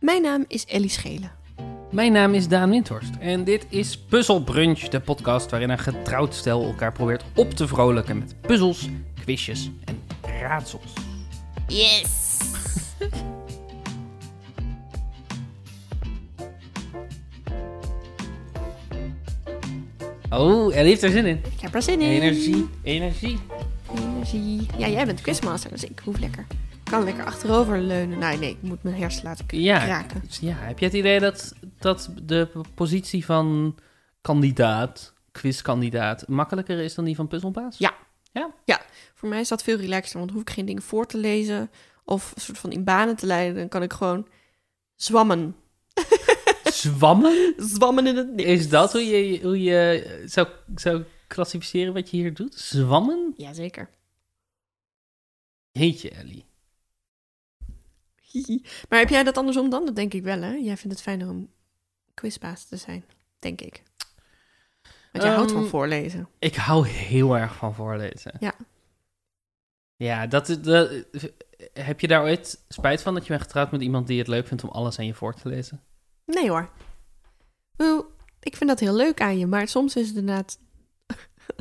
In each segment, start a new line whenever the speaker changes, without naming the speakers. Mijn naam is Ellie Schelen.
Mijn naam is Daan Windhorst en dit is Puzzle Brunch, de podcast waarin een getrouwd stel elkaar probeert op te vrolijken met puzzels, quizjes en raadsels.
Yes.
Oh, Ellie heeft er zin in.
Ik heb er zin in.
Energie, energie.
Energie. Ja, jij bent quizmaster, dus ik hoef lekker. Ik kan lekker achterover leunen. Nou, Nee, nee, ik moet mijn hersen laten k-
Ja,
kraken.
ja, heb je het idee dat, dat de positie van kandidaat, quizkandidaat, makkelijker is dan die van puzzelbaas?
Ja.
Ja?
Ja, voor mij is dat veel relaxter, want dan hoef ik geen dingen voor te lezen of een soort van in banen te leiden. Dan kan ik gewoon zwammen.
Zwammen?
Zwammen in het niks.
Is dat hoe je, hoe je zou, zou klassificeren wat je hier doet? Zwammen?
Jazeker.
Jeetje, Ellie.
Hihi. Maar heb jij dat andersom dan? Dat denk ik wel, hè? Jij vindt het fijner om quizbaas te zijn, denk ik. Want jij houdt van
Ehm,
voorlezen.
Ik hou heel erg van voorlezen.
Ja.
Ja, dat, is- dat, heb je daar ooit spijt van dat je bent getrouwd met iemand die het leuk vindt om alles aan je voor te lezen?
Nee hoor. Ik bedoel, Ik vind dat heel leuk aan je, maar soms is het inderdaad...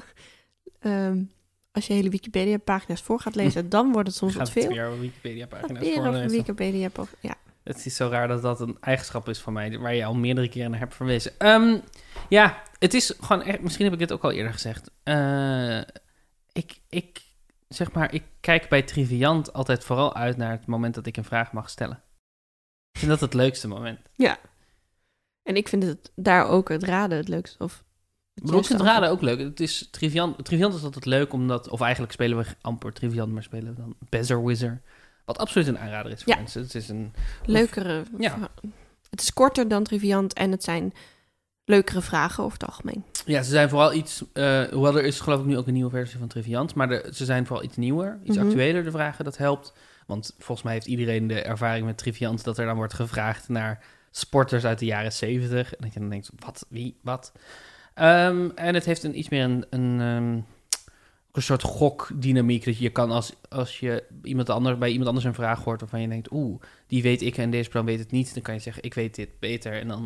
Ehm, als je hele Wikipedia-pagina's voor gaat lezen, dan wordt het soms
Gaat
wat
het
veel.
weer over Wikipedia-pagina's
Weer over
voorlezen.
Wikipedia. po- Ja.
Het is zo raar dat dat een eigenschap is van mij, waar je al meerdere keren naar hebt verwezen. Ehm, ja, het is gewoon echt, misschien heb ik dit ook al eerder gezegd. Eh, ik, ik, zeg maar, ik kijk bij Triviant altijd vooral uit naar het moment dat ik een vraag mag stellen. Ik vind dat het leukste moment.
En ik vind het daar ook het raden het leukst. Of
Maar ik
juiste
vind raden ook leuk. Het is triviant, triviant is altijd leuk, omdat... Of eigenlijk spelen we amper triviant, maar spelen we dan Bezer Wizard. Wat absoluut een aanrader is voor
Ja.
mensen. Het is een...
antwoord. leukere.
Ja.
vra- Het is korter dan triviant en het zijn leukere vragen over het algemeen.
Ja, ze zijn vooral iets... eh, hoewel er is geloof ik nu ook een nieuwe versie van triviant. Maar de- ze zijn vooral iets nieuwer, iets
Mhm.
actueler, de vragen. Dat helpt. Want volgens mij heeft iedereen de ervaring met triviant... dat er dan wordt gevraagd naar sporters uit de jaren zeventig. En dat je dan denkt, wat, wie, wat? Ehm, en het heeft een iets meer een... een ehm, een soort gokdynamiek. Dat je kan als, als je iemand anders, bij iemand anders een vraag hoort waarvan je denkt, oeh, die weet ik en deze persoon weet het niet. Dan kan je zeggen, ik weet dit beter. En dan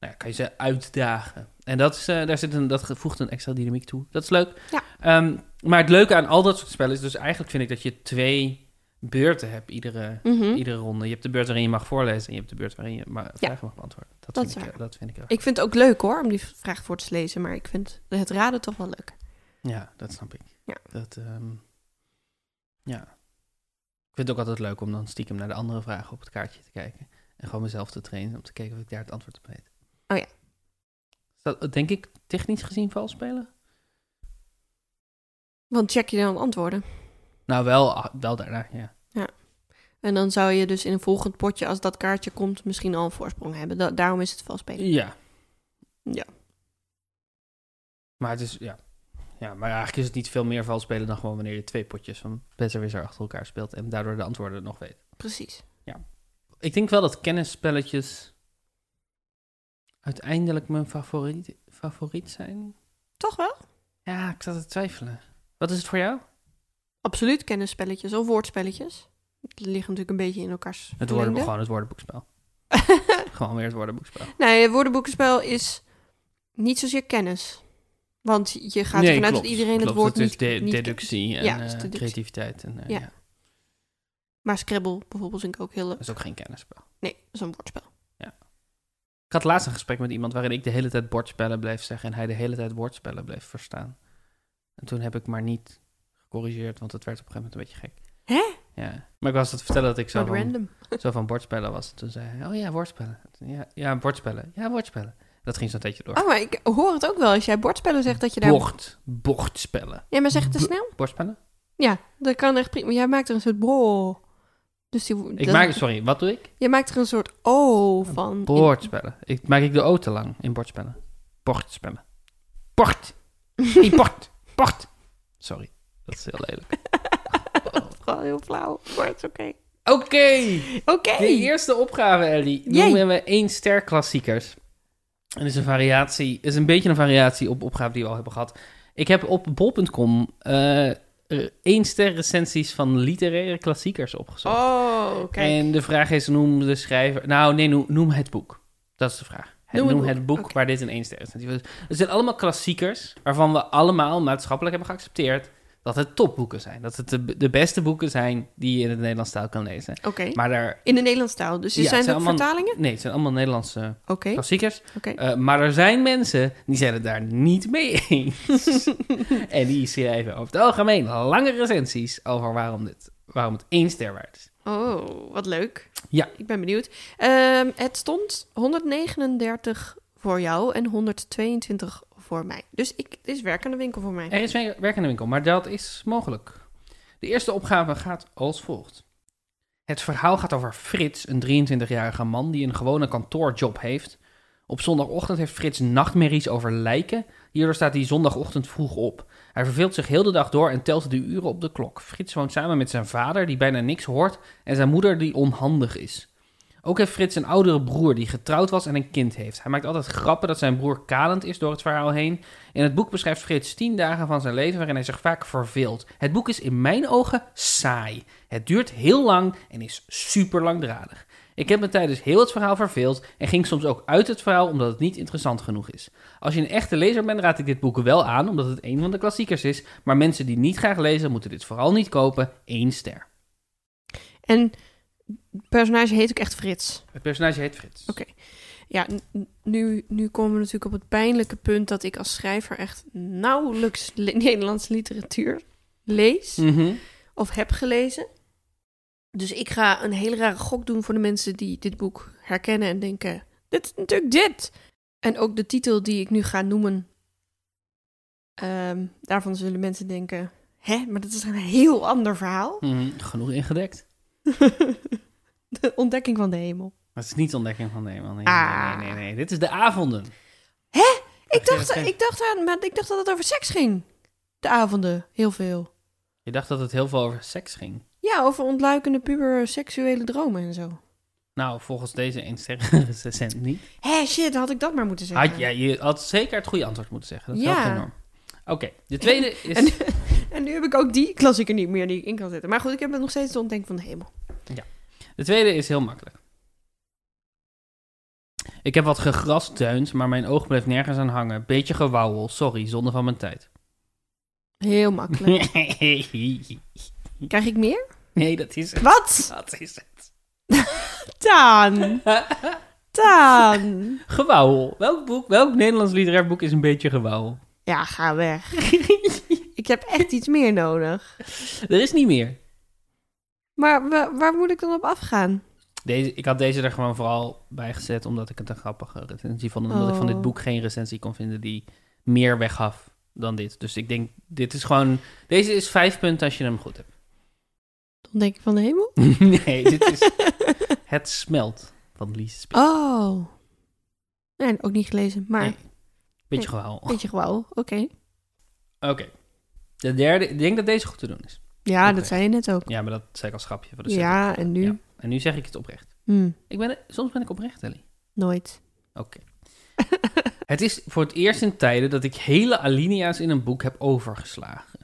nou, ja, kan je ze uitdagen. En dat, is, eh, daar zit een, dat ge- voegt een extra dynamiek toe. Dat is leuk.
Ja.
Ehm, maar het leuke aan al dat soort spellen is dus eigenlijk vind ik dat je twee beurten hebt iedere,
Mhm.
iedere ronde. Je hebt de beurt waarin je mag voorlezen en je hebt de beurt waarin je ma- vragen mag beantwoorden. Dat,
Dat
vind
is
ik,
waar.
eh, dat vind ik erg.
Ik vind het ook leuk hoor, om die vraag voor te lezen. Maar ik vind het raden toch wel leuk.
Ja, dat snap ik.
Ja.
Dat, ehm, ja. Ik vind het ook altijd leuk om dan stiekem naar de andere vragen op het kaartje te kijken. En gewoon mezelf te trainen om te kijken of ik daar het antwoord op weet.
Oh ja.
Is dat, eh, denk ik, technisch gezien vals spelen?
Want check je dan antwoorden.
Nou, wel, ah, wel daarna, ja.
En dan zou je dus in een volgend potje, als dat kaartje komt, misschien al een voorsprong hebben. Da- daarom is het vals spelen.
Ja.
Ja.
Maar het is, ja. Ja, maar eigenlijk is het niet veel meer vals spelen dan gewoon wanneer je twee potjes van Better Wizard achter elkaar speelt en daardoor de antwoorden nog weet.
Precies.
Ik denk wel dat kennisspelletjes uiteindelijk mijn favoriet, favoriet zijn.
Toch wel?
Ja, ik zat te twijfelen. Wat is het voor jou?
Absoluut kennisspelletjes of woordspelletjes. Die liggen natuurlijk een beetje in elkaars
Het
verlengde.
woordenboek, gewoon het woordenboekspel. gewoon weer het woordenboekspel.
Nee, woordenboekenspel is niet zozeer kennis. Want je gaat ervan uit dat
klopt,
iedereen het
klopt.
woord
is
niet,
de-
niet kent.
deductie en
Ja,
eh,
is deductie.
creativiteit. En, eh,
Ja.
ja.
Maar Scrabble bijvoorbeeld vind ik ook heel leuk.
Dat is ook geen kennisspel.
Nee, dat is een woordspel.
Ik had laatst een gesprek met iemand waarin ik de hele tijd bordspellen bleef zeggen en hij de hele tijd woordspellen bleef verstaan. En toen heb ik maar niet gecorrigeerd, want het werd op een gegeven moment een beetje gek.
Hè?
Ja. Maar ik was het vertellen dat ik zo
Wat
van,
random.
zo van bordspellen was. Toen zei hij, oh ja, woordspellen. Ja, ja bordspellen. Ja, woordspellen. Dat ging zo'n tijdje door.
Oh, maar ik hoor het ook wel. Als jij bordspellen zegt dat je daar...
Bocht, bochtspellen.
Ja, maar zeg het te
B-
snel.
Bordspellen?
Ja, dat kan echt prima. Jij maakt er een soort bro. Dus die,
Ik
dat-
maak, sorry, wat doe ik?
Je maakt er een soort o van.
Bordspellen. Ik, maak ik de O te lang in bordspellen? Bordspellen. Bord. Niet bord. Bord. Sorry, dat is heel lelijk.
Gewoon heel flauw. Maar het is oké.
Oké,
Oké.
de eerste opgave, Ellie.
Jee.
Noemen we één ster klassiekers. En is een variatie, is een beetje een variatie op opgave die we al hebben gehad. Ik heb op bol.com eh, eh, één ster recensies van literaire klassiekers opgezocht.
Oh, kijk.
En de vraag is, noem de schrijver... Nou, nee, noem, noem het boek. Dat is de vraag. Het-
Noem
noem
het boek.
het boek
Oké.
waar dit een één ster recensie was. Het zijn allemaal klassiekers waarvan we allemaal maatschappelijk hebben geaccepteerd... dat het topboeken zijn. Dat het de, de beste boeken zijn die je in het Nederlands taal kan lezen.
Oké.
Maar daar...
In de Nederlands taal. Dus er
Ja,
zijn
het
ook
zijn allemaal-
vertalingen?
Nee, het zijn allemaal Nederlandse
Oké, oké.
klassiekers. Eh, maar er zijn mensen die zijn het daar niet mee eens. en die schrijven over het algemeen lange recensies over waarom, dit, waarom het één ster waard is.
Oh, wat leuk.
Ja.
Ik ben benieuwd. Ehm, het stond 139 voor jou en 122 voor mij. Dus ik, het is werk aan de winkel voor mij.
Er is wer- werk aan de winkel, maar dat is mogelijk. De eerste opgave gaat als volgt. Het verhaal gaat over Frits, een 23-jarige man die een gewone kantoorjob heeft. Op zondagochtend heeft Frits nachtmerries over lijken. Hierdoor staat hij zondagochtend vroeg op. Hij verveelt zich heel de dag door en telt de uren op de klok. Frits woont samen met zijn vader, die bijna niks hoort, en zijn moeder, die onhandig is. Ook heeft Frits een oudere broer die getrouwd was en een kind heeft. Hij maakt altijd grappen dat zijn broer kalend is door het verhaal heen. In het boek beschrijft Frits tien dagen van zijn leven waarin hij zich vaak verveelt. Het boek is in mijn ogen saai. Het duurt heel lang en is super langdradig. Ik heb me tijdens heel het verhaal verveeld en ging soms ook uit het verhaal omdat het niet interessant genoeg is. Als je een echte lezer bent, raad ik dit boek wel aan omdat het een van de klassiekers is. Maar mensen die niet graag lezen, moeten dit vooral niet kopen. Eén ster.
En het personage heet ook echt Frits.
Het personage heet Frits.
Oké. Ja, n- nu, nu komen we natuurlijk op het pijnlijke punt dat ik als schrijver echt nauwelijks li- Nederlands literatuur lees
Mhm.
of heb gelezen. Dus ik ga een hele rare gok doen voor de mensen die dit boek herkennen en denken: dit is natuurlijk dit. En ook de titel die ik nu ga noemen, ehm, daarvan zullen mensen denken: hè, maar dat is een heel ander verhaal.
Mhm. Genoeg ingedekt.
de ontdekking van de hemel.
Dat is niet de ontdekking van Nemo. Nee,
Ah.
nee, nee, nee. Dit is de avonden.
Ik
Geen
dacht,
idee.
ik, dacht aan, maar ik dacht dat het over seks ging. De avonden, heel veel.
Je dacht dat het heel veel over seks ging.
Ja, over ontluikende puber seksuele dromen en zo.
Nou, volgens deze eensterrenrecensent niet.
Hé, shit, had ik dat maar moeten zeggen.
Had, ja, je had zeker het goede antwoord moeten zeggen. Dat is
Ja.
wel enorm. Oké, de tweede is...
En, en nu heb ik ook die klassieker niet meer die ik in kan zetten. Maar goed, ik heb het nog steeds de ontdekking van de hemel.
De tweede is heel makkelijk. Ik heb wat gegrastuind, maar mijn oog bleef nergens aan hangen. Beetje gewauwel, sorry, zonde van mijn tijd.
Heel makkelijk. Krijg ik meer?
nee, dat is het.
Wat?
Dat is het.
Taan! Taan!
Gewauwel. Welk boek, welk Nederlands literair boek is een beetje gewauwel?
Ja, ga weg. ik heb echt iets meer nodig.
Er is niet meer.
Maar wa- waar moet ik dan op afgaan?
Deze, ik had deze er gewoon vooral bij gezet omdat ik het een grappige recensie vond. en Omdat ik van
Oh.
dit boek geen recensie kon vinden die meer weggaf dan dit. Dus ik denk, dit is gewoon... Deze is vijf punten als je hem goed hebt.
De ontdekking van de hemel?
nee, dit is Het Smelt van Lies Spit.
oh. Nee, ook niet gelezen, maar
Nee, Beetje gehaal. Oké.
beetje gewauw. Oké.
De derde, ik denk dat deze goed te doen is.
Ja,
Oké.
dat zei je net ook.
Ja, maar dat zei ik als grapje. Voor de setup.
Ja, en nu?
Ja. En nu zeg ik het oprecht.
Hm,
Ik ben, soms ben ik oprecht, Ellie.
nooit.
Oké. het is voor het eerst in tijden dat ik hele alinea's in een boek heb overgeslagen.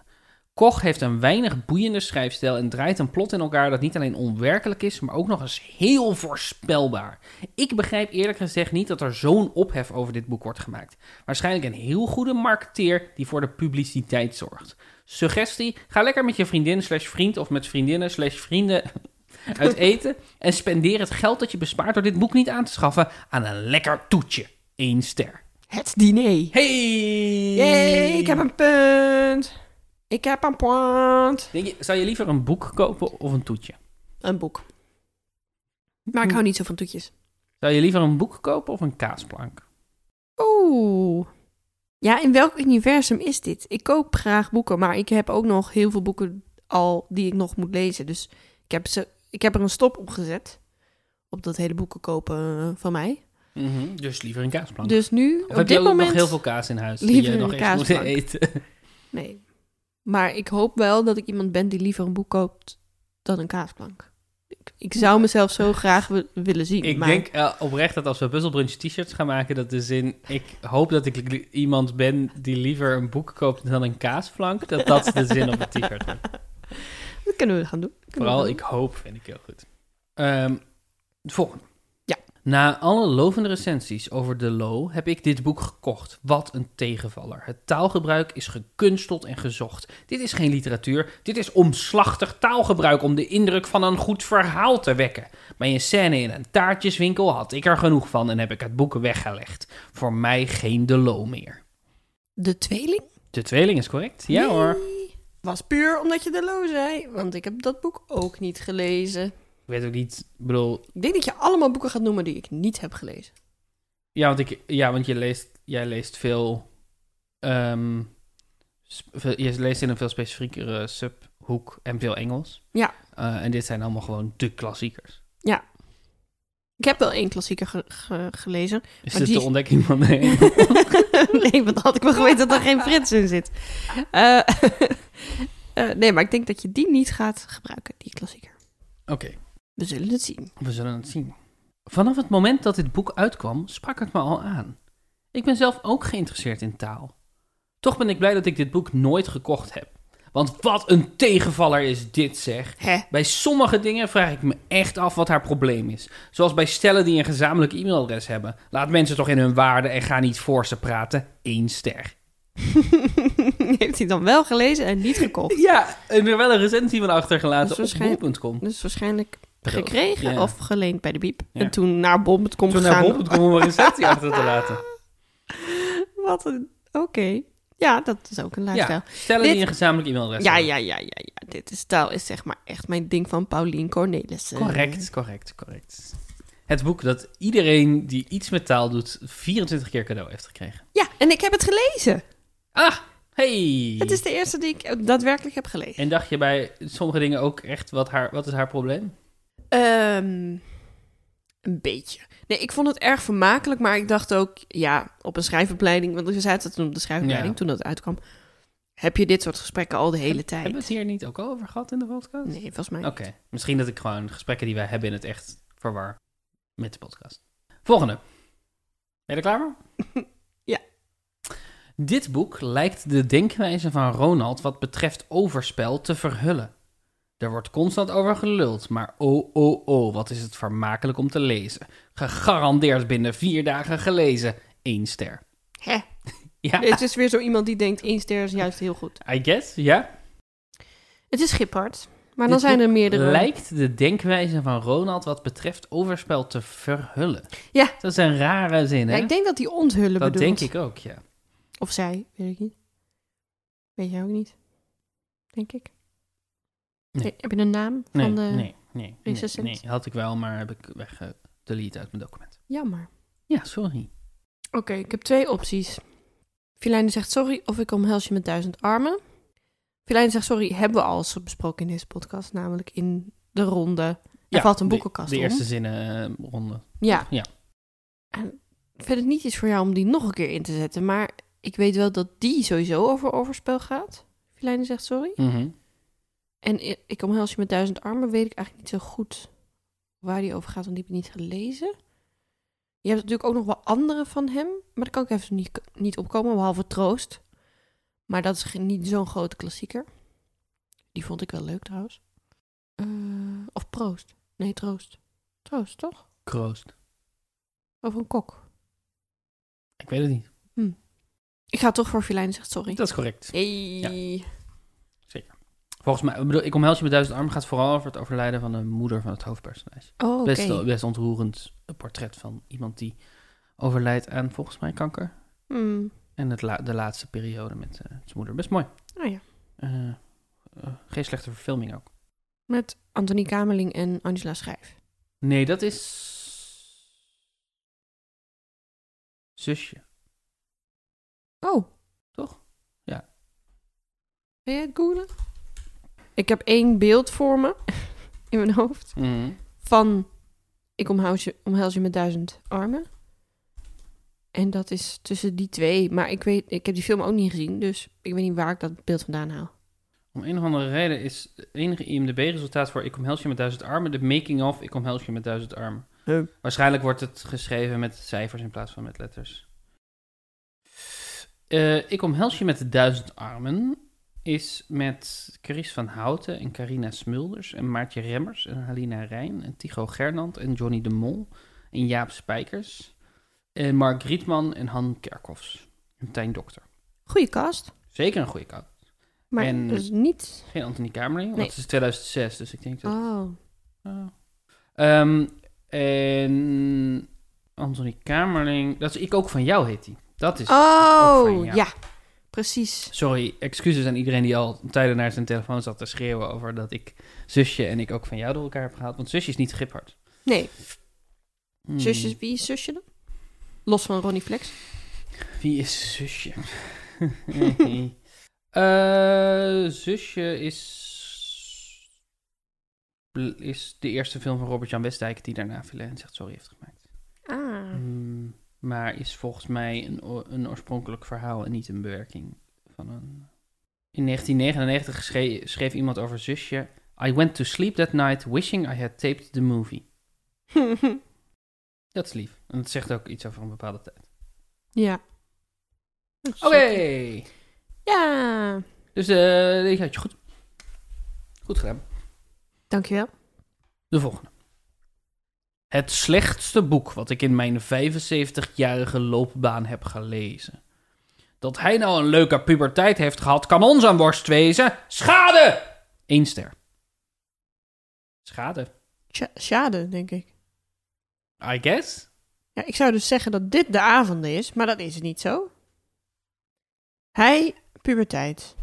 Koch heeft een weinig boeiende schrijfstijl en draait een plot in elkaar dat niet alleen onwerkelijk is, maar ook nog eens heel voorspelbaar. Ik begrijp eerlijk gezegd niet dat er zo'n ophef over dit boek wordt gemaakt. Waarschijnlijk een heel goede marketeer die voor de publiciteit zorgt. Suggestie: ga lekker met je vriendin slash vriend of met vriendinnen slash vrienden uit eten en spendeer het geld dat je bespaart door dit boek niet aan te schaffen aan een lekker toetje. Eén ster.
Het diner.
Hey!
Yay, ik heb een punt. Ik heb een punt.
Denk je, zou je liever een boek kopen of een toetje?
Een boek. Maar ik hou niet zo van toetjes.
Zou je liever een boek kopen of een kaasplank?
Oeh. Ja, in welk universum is dit? Ik koop graag boeken, maar ik heb ook nog heel veel boeken al die ik nog moet lezen. Dus ik heb, ze, ik heb er een stop op gezet. Op dat hele boeken kopen eh, van mij.
Dus liever een kaasplank.
Dus nu,
of
op
heb
dit
je ook
moment...
nog heel veel kaas in huis die
liever
je nog
een
eens moet
kaasplank.
eten?
Nee. Maar ik hoop wel dat ik iemand ben die liever een boek koopt dan een kaasplank. Ik- Ik zou mezelf zo graag wi- willen zien.
Ik
maar
denk eh, oprecht dat als we puzzelbrunch t-shirts gaan maken, dat de zin... Ik hoop dat ik li- iemand ben die liever een boek koopt dan een kaasflank. Dat dat de zin op het t-shirt wordt.
Dat kunnen we gaan doen. Dat kunnen we gaan
Vooral
doen.
ik hoop vind ik heel goed. Ehm het volgende.
Ja.
Na alle lovende recensies over de Low heb ik dit boek gekocht. Wat een tegenvaller. Het taalgebruik is gekunsteld en gezocht. Dit is geen literatuur, dit is omslachtig taalgebruik om de indruk van een goed verhaal te wekken. Bij een scène in een taartjeswinkel had ik er genoeg van en heb ik het boek weggelegd. Voor mij geen de Low meer.
De tweeling?
De tweeling is correct? Ja
Nee.
hoor.
Was puur omdat je de Lo zei. Want ik heb dat boek ook niet gelezen.
Ik weet ook niet, ik bedoel,
Ik denk dat je allemaal boeken gaat noemen die ik niet heb gelezen.
Ja, want, ik, ja, want je leest, jij leest veel. ehm, sp- veel- je leest in een veel specifiekere subhoek en veel Engels.
Ja.
Eh, en dit zijn allemaal gewoon de klassiekers.
Ik heb wel één klassieker ge- ge- gelezen.
Is
Maar
dit
die-
de ontdekking van de
nee, want dan had ik wel geweten dat er geen Frits in zit. Eh, eh, nee, maar ik denk dat je die niet gaat gebruiken, die klassieker.
Oké,
We zullen het zien.
we zullen het zien. Vanaf het moment dat dit boek uitkwam, sprak het me al aan. Ik ben zelf ook geïnteresseerd in taal. Toch ben ik blij dat ik dit boek nooit gekocht heb. Want wat een tegenvaller is dit, zeg.
Hè?
Bij sommige dingen vraag ik me echt af wat haar probleem is. Zoals bij stellen die een gezamenlijk e-mailadres hebben. Laat mensen toch in hun waarde en ga niet voor ze praten. Eén ster.
Heeft hij dan wel gelezen en niet gekocht?
Ja, en er wel een recensie van achtergelaten
Dus
op
waarschijnlijk-
bol.com.
Dus waarschijnlijk
Bedoeld,
gekregen
ja.
of geleend bij de biep.
Ja.
En toen naar bol.com
Toen naar
gegaan.
bol.com om een recensie achter te laten.
Wat een... Oké. Ja, dat is ook een lifestyle.
Ja, stellen
Nou, Dit-
die een gezamenlijk e-mailadres
Ja,
hebben.
ja, ja, ja, ja. Dit is taal is zeg maar echt mijn ding van Paulien Cornelissen.
Correct, correct, correct. Het boek dat iedereen die iets met taal doet 24 keer cadeau heeft gekregen.
Ja, en ik heb het gelezen.
Ah, hey!
Het is de eerste die ik eh, daadwerkelijk heb gelezen.
En dacht je bij sommige dingen ook echt, wat, haar, wat is haar probleem?
Ehm, een beetje. Nee, ik vond het erg vermakelijk, maar ik dacht ook, ja, op een schrijfopleiding, want we zaten toen op de schrijfopleiding
Ja.
toen dat uitkwam, heb je dit soort gesprekken al de hele tijd.
Hebben we het hier niet ook al over gehad in de podcast?
Nee, volgens mij.
Oké, misschien dat ik gewoon gesprekken die wij hebben in het echt verwar met de podcast. Volgende. Ben je er klaar voor?
Ja.
Dit boek lijkt de denkwijze van Ronald wat betreft overspel te verhullen. Er wordt constant over geluld, maar oh, oh, oh, wat is het vermakelijk om te lezen. Gegarandeerd binnen vier dagen gelezen. Eén ster.
Hè?
Ja,
Het is weer zo iemand die denkt, één ster is juist heel goed.
I guess, ja.
Het is Giphard, maar dan
Dit
zijn er
boek
meerdere.
Lijkt de denkwijze van Ronald wat betreft overspel te verhullen.
Ja.
Dat is een rare zin, hè?
Ja, ik denk dat die onthullen
dat
bedoelt.
denk ik ook, ja.
Of zij, weet ik niet. Weet jij ook niet? Denk ik.
Nee.
He- Heb je een naam
Nee,
van de...
nee, nee, nee,
recensent?
nee. Had ik wel, maar heb ik weggedelete uit mijn document.
Jammer.
Ja, sorry.
Oké, ik heb twee opties. Filijne zegt sorry of ik omhels je met duizend armen. Filijne zegt sorry hebben we al eens besproken in deze podcast, namelijk in de ronde. Er
Ja,
valt een
de-
boekenkast
De
om.
eerste zinnen eh, ronde.
Ja.
Ja.
En ik vind het niet iets voor jou om die nog een keer in te zetten, maar ik weet wel dat die sowieso over overspel gaat. Filijne zegt sorry.
Mhm.
En i- ik omhels je met duizend armen weet ik eigenlijk niet zo goed waar die over gaat, want die heb ik niet gelezen. Je hebt natuurlijk ook nog wel andere van hem, maar daar kan ik even niet, niet opkomen, behalve Troost. Maar dat is geen- niet zo'n grote klassieker. Die vond ik wel leuk trouwens. Eh, of Proost. Nee, Troost. Troost, toch?
Kroost.
Over een kok.
Ik weet het niet.
Ik ga toch voor Filijn zegt sorry.
Dat is correct.
Hey.
Volgens mij, ik bedoel, ik omhels je met duizend armen gaat vooral over het overlijden van de moeder van het hoofdpersonage.
Oh, oké.
Best, best ontroerend portret van iemand die overlijdt aan volgens mij kanker.
Hmm.
En het la- de laatste periode met eh, zijn moeder. Best mooi.
Ah ja.
Eh, eh, geen slechte verfilming ook.
Met Anthony Kameling en Angela Schrijf.
Nee, dat is. Zusje.
Oh.
Toch? Ja.
Wil jij het googlen? Ik heb één beeld voor me in mijn hoofd van ik omhels je, omhels je met duizend armen. En dat is tussen die twee. Maar ik weet, ik heb die film ook niet gezien, dus ik weet niet waar ik dat beeld vandaan haal.
Om een of andere reden is het enige IMDb-resultaat voor Ik omhels je met duizend armen de making of Ik omhels je met duizend armen.
Oh.
Waarschijnlijk wordt het geschreven met cijfers in plaats van met letters. Eh, ik omhels je met duizend armen is met Chris van Houten en Carina Smulders en Maartje Remmers en Halina Rijn en Tycho Gernand en Johnny de Mol en Jaap Spijkers en Mark Rietman en Han Kerkhoffs en Tijn Dokter.
Goeie cast.
Zeker een goede kant.
Maar
En-
dus niet...
Geen Anthony Kamerling, want
Nee.
het is 2006, dus ik denk dat...
Oh.
Oh. Ehm, en Anthony Kamerling, dat is ik ook van jou heet die. Dat is. ook van
Oh,
jou.
ja. Precies.
Sorry, excuses aan iedereen die al tijden naar zijn telefoon zat te schreeuwen over dat ik zusje en ik ook van jou door elkaar heb gehaald. Want zusje is niet giphard.
Nee,
Hmm.
zusjes, wie is zusje dan? Los van Ronnie Flex.
Wie is zusje? Eh, zusje is. is de eerste film van Robert-Jan Westdijk die daarna viel en zegt sorry heeft gemaakt.
Ah.
Mm, maar is volgens mij een, o- een oorspronkelijk verhaal en niet een bewerking van een... In 1999 schre- schreef iemand over zusje... I went to sleep that night wishing I had taped the movie.
Ah.
Dat is lief. En dat zegt ook iets over een bepaalde tijd.
ja.
Oké!
Ja.
Dus eh deze had je goed. Goed gedaan.
Dankjewel.
De volgende. Het slechtste boek wat ik in mijn 75-jarige loopbaan heb gelezen. Dat hij nou een leuke puberteit heeft gehad, kan ons aan worst wezen. Schade! Eén ster. Schade.
Tja- Schade, denk ik.
I guess.
Ja, ik zou dus zeggen dat dit de avond is, maar dat is niet zo. Hij, puberteit.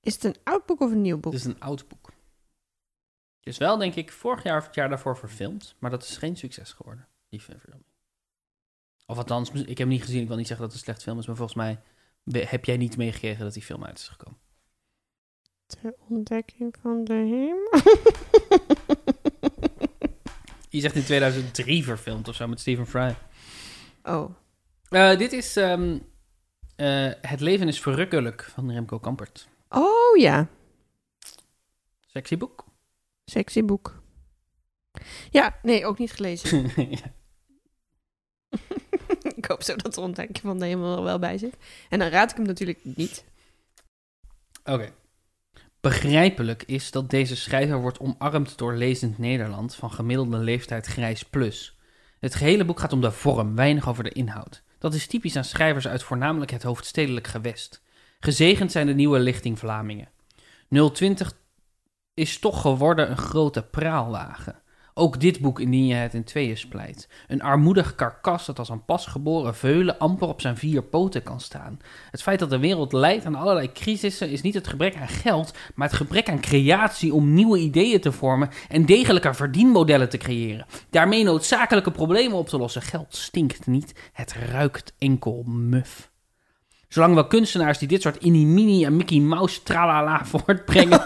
Is het een oud boek of een nieuw boek?
Het is een oud boek. Het is wel, denk ik, vorig jaar of het jaar daarvoor verfilmd. Maar dat is geen succes geworden, die verfilming. Of althans, ik heb hem niet gezien. Ik wil niet zeggen dat het een slecht film is. Maar volgens mij heb jij niet meegekregen dat die film uit is gekomen.
De ontdekking van de hemel.
Die zegt in 2003 verfilmd of zo met Stephen Fry.
oh,
Eh, dit is ehm, eh, Het leven is verrukkelijk van Remco Kampert.
oh ja.
Sexy boek.
Sexy boek. Ja, nee, ook niet gelezen.
Ja.
ik hoop zo dat de ontdekking van de hemel er wel bij zit. En dan raad ik hem natuurlijk niet.
Oké. Begrijpelijk is dat deze schrijver wordt omarmd door lezend Nederland van gemiddelde leeftijd grijs plus. Het gehele boek gaat om de vorm, weinig over de inhoud. Dat is typisch aan schrijvers uit voornamelijk het hoofdstedelijk gewest. Gezegend zijn de nieuwe lichting Vlamingen. 020 is toch geworden een grote praalwagen. Ook dit boek indien je het in tweeën splijt. Een armoedig karkas dat als een pasgeboren veulen amper op zijn vier poten kan staan. Het feit dat de wereld leidt aan allerlei crisissen is niet het gebrek aan geld, maar het gebrek aan creatie om nieuwe ideeën te vormen en degelijke verdienmodellen te creëren. Daarmee noodzakelijke problemen op te lossen. Geld stinkt niet, het ruikt enkel muf. Zolang wel kunstenaars die dit soort inimini en Mickey Mouse tralala voortbrengen,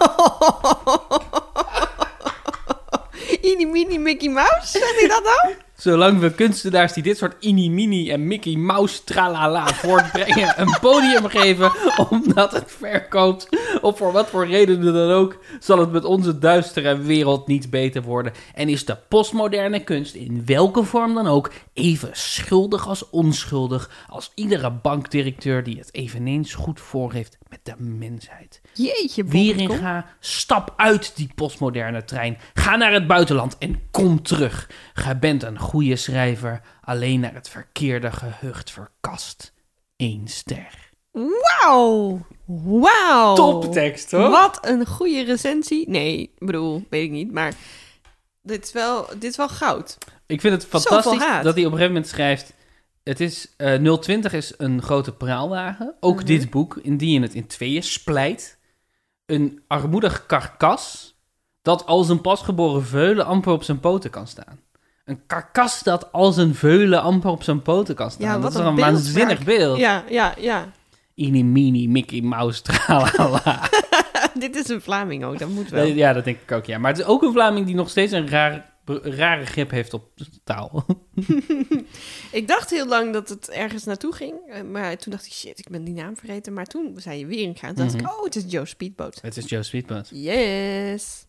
Ini mini Mickey Mouse, zegt hij dat dan?
Zolang we kunstenaars die dit soort inimini en Mickey Mouse tralala voortbrengen een podium geven omdat het verkoopt, of voor wat voor redenen dan ook, zal het met onze duistere wereld niet beter worden. En is de postmoderne kunst in welke vorm dan ook even schuldig als onschuldig als iedere bankdirecteur die het eveneens goed voor heeft met de mensheid.
Jeetje, Bob.
Wieringa, stap uit die postmoderne trein. Ga naar het buitenland en kom terug. Gij bent een goede schrijver, alleen naar het verkeerde gehucht verkast. Eén ster.
Wauw! Wauw!
Toptekst, hoor.
Wat een goede recensie. Nee, ik bedoel, weet ik niet, maar dit is wel, dit is wel goud.
Ik vind het
Zoveel
fantastisch
haat.
dat hij op een gegeven moment schrijft... Het is, eh, 020 is een grote praalwagen. Ook
Mhm.
dit boek, indien je het in tweeën splijt. Een armoedig karkas dat als een pasgeboren veulen amper op zijn poten kan staan. Een karkas dat als een veulen amper op zijn poten kan staan.
Ja,
dat
wat
is
een
toch een
beeldspraak.
waanzinnig beeld.
Ja, ja, ja.
Ini mini Mickey Mouse tralala.
dit is een Vlaming ook, dat moet wel.
ja, dat denk ik ook, ja. Maar het is ook een Vlaming die nog steeds een raar br- rare grip heeft op taal.
ik dacht heel lang dat het ergens naartoe ging. eh, Maar toen dacht ik, shit, ik ben die naam vergeten. Maar toen zei je weer een gaan. Toen dacht
Mhm.
ik, oh, het is Joe Speedboat.
het is Joe Sweetbutt.
Yes.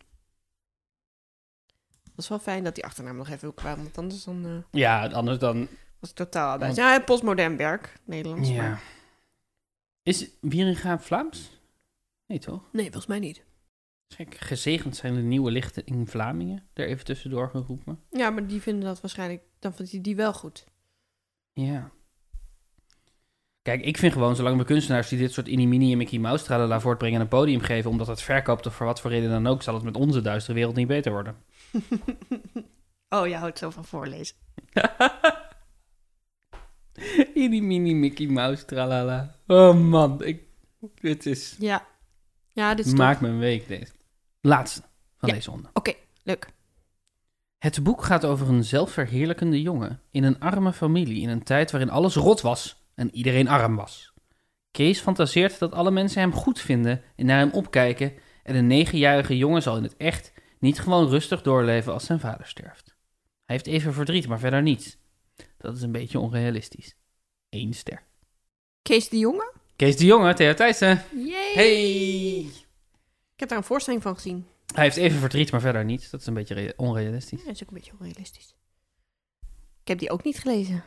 Het was wel fijn dat die achternaam nog even kwam. Want anders dan, eh,
Ja, anders dan...
was ik totaal bij.
Want-
Ja, postmodern werk. Nederlands.
Ja.
maar-
Is Wieringa Vlaams? Nee, toch?
Nee, volgens mij niet.
Kijk, gezegend zijn de nieuwe lichten in Vlamingen. Daar even tussendoor geroepen.
Ja, maar die vinden dat waarschijnlijk... Dan vindt hij die wel goed.
Ja. Kijk, ik vind gewoon, zolang we kunstenaars die dit soort inimini en Mickey Mouse tralala voortbrengen en een podium geven, omdat het verkoopt of voor wat voor reden dan ook, zal het met onze duistere wereld niet beter worden.
oh, jij houdt zo van voorlezen.
inimini Mickey Mouse tralala. Oh man, ik, dit is...
Ja. Ja, dit is top.
Maak me een week deze. Laatste van
Ja.
deze ronde.
Oké, leuk.
Het boek gaat over een zelfverheerlijkende jongen in een arme familie in een tijd waarin alles rot was en iedereen arm was. Kees fantaseert dat alle mensen hem goed vinden en naar hem opkijken en een negenjarige jongen zal in het echt niet gewoon rustig doorleven als zijn vader sterft. Hij heeft even verdriet, maar verder niets. Dat is een beetje onrealistisch. Eén ster.
Kees de Jonge?
Kees de Jonge, Theo Thijssen.
Yay!
Hey!
Ik heb daar een voorstelling van gezien.
Hij heeft even verdriet, maar verder niets. Dat is een beetje re- onrealistisch.
Ja, dat is ook een beetje onrealistisch. Ik heb die ook niet gelezen.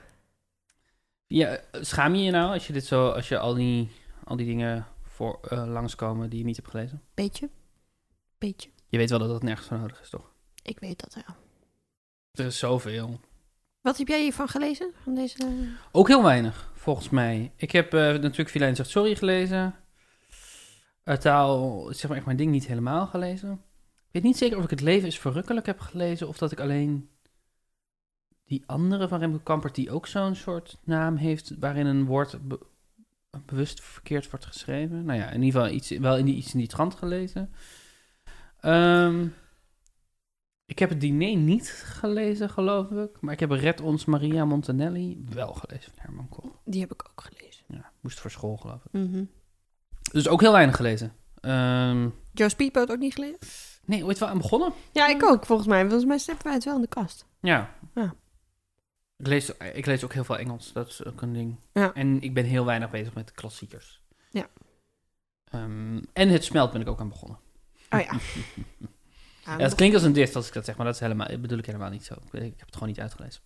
Ja, schaam je je nou als je dit zo, als je al die, al die dingen voor, eh, langskomen die je niet hebt gelezen?
Beetje. Beetje.
Je weet wel dat dat nergens voor nodig is, toch?
Ik weet dat wel.
Er is zoveel.
Wat heb jij hiervan gelezen? Van deze...
Ook heel weinig, volgens mij. Ik heb eh, natuurlijk Filijn zegt sorry gelezen. Eh, taal, zeg maar echt mijn ding niet helemaal gelezen. Ik weet niet zeker of ik Het Leven is Verrukkelijk heb gelezen of dat ik alleen die andere van Remco Kampert, die ook zo'n soort naam heeft, waarin een woord be- bewust verkeerd wordt geschreven. Nou ja, in ieder geval iets, wel in die, iets in die trant gelezen. Ehm, ik heb het diner niet gelezen, geloof ik. Maar ik heb Red ons Maria Montanelli wel gelezen van Herman Koch.
Die heb ik ook gelezen.
Ja, moest voor school, geloof ik.
Mhm.
Dus ook heel weinig gelezen. Ehm,
Joe Speedboat ook niet gelezen?
nee, ooit wel aan begonnen?
Ja, ik ook volgens mij. Volgens mij hebben wij het wel in de kast.
Ja.
Ja.
Ik, lees, ik lees ook heel veel Engels, dat is ook een ding.
Ja.
En ik ben heel weinig bezig met klassiekers.
Ja.
Ehm, en Het Smelt ben ik ook aan begonnen.
Oh ja.
Ja, het klinkt als een diss als ik dat zeg, maar dat is helemaal, dat bedoel ik helemaal niet zo. Ik, weet- ik heb het gewoon niet uitgelezen.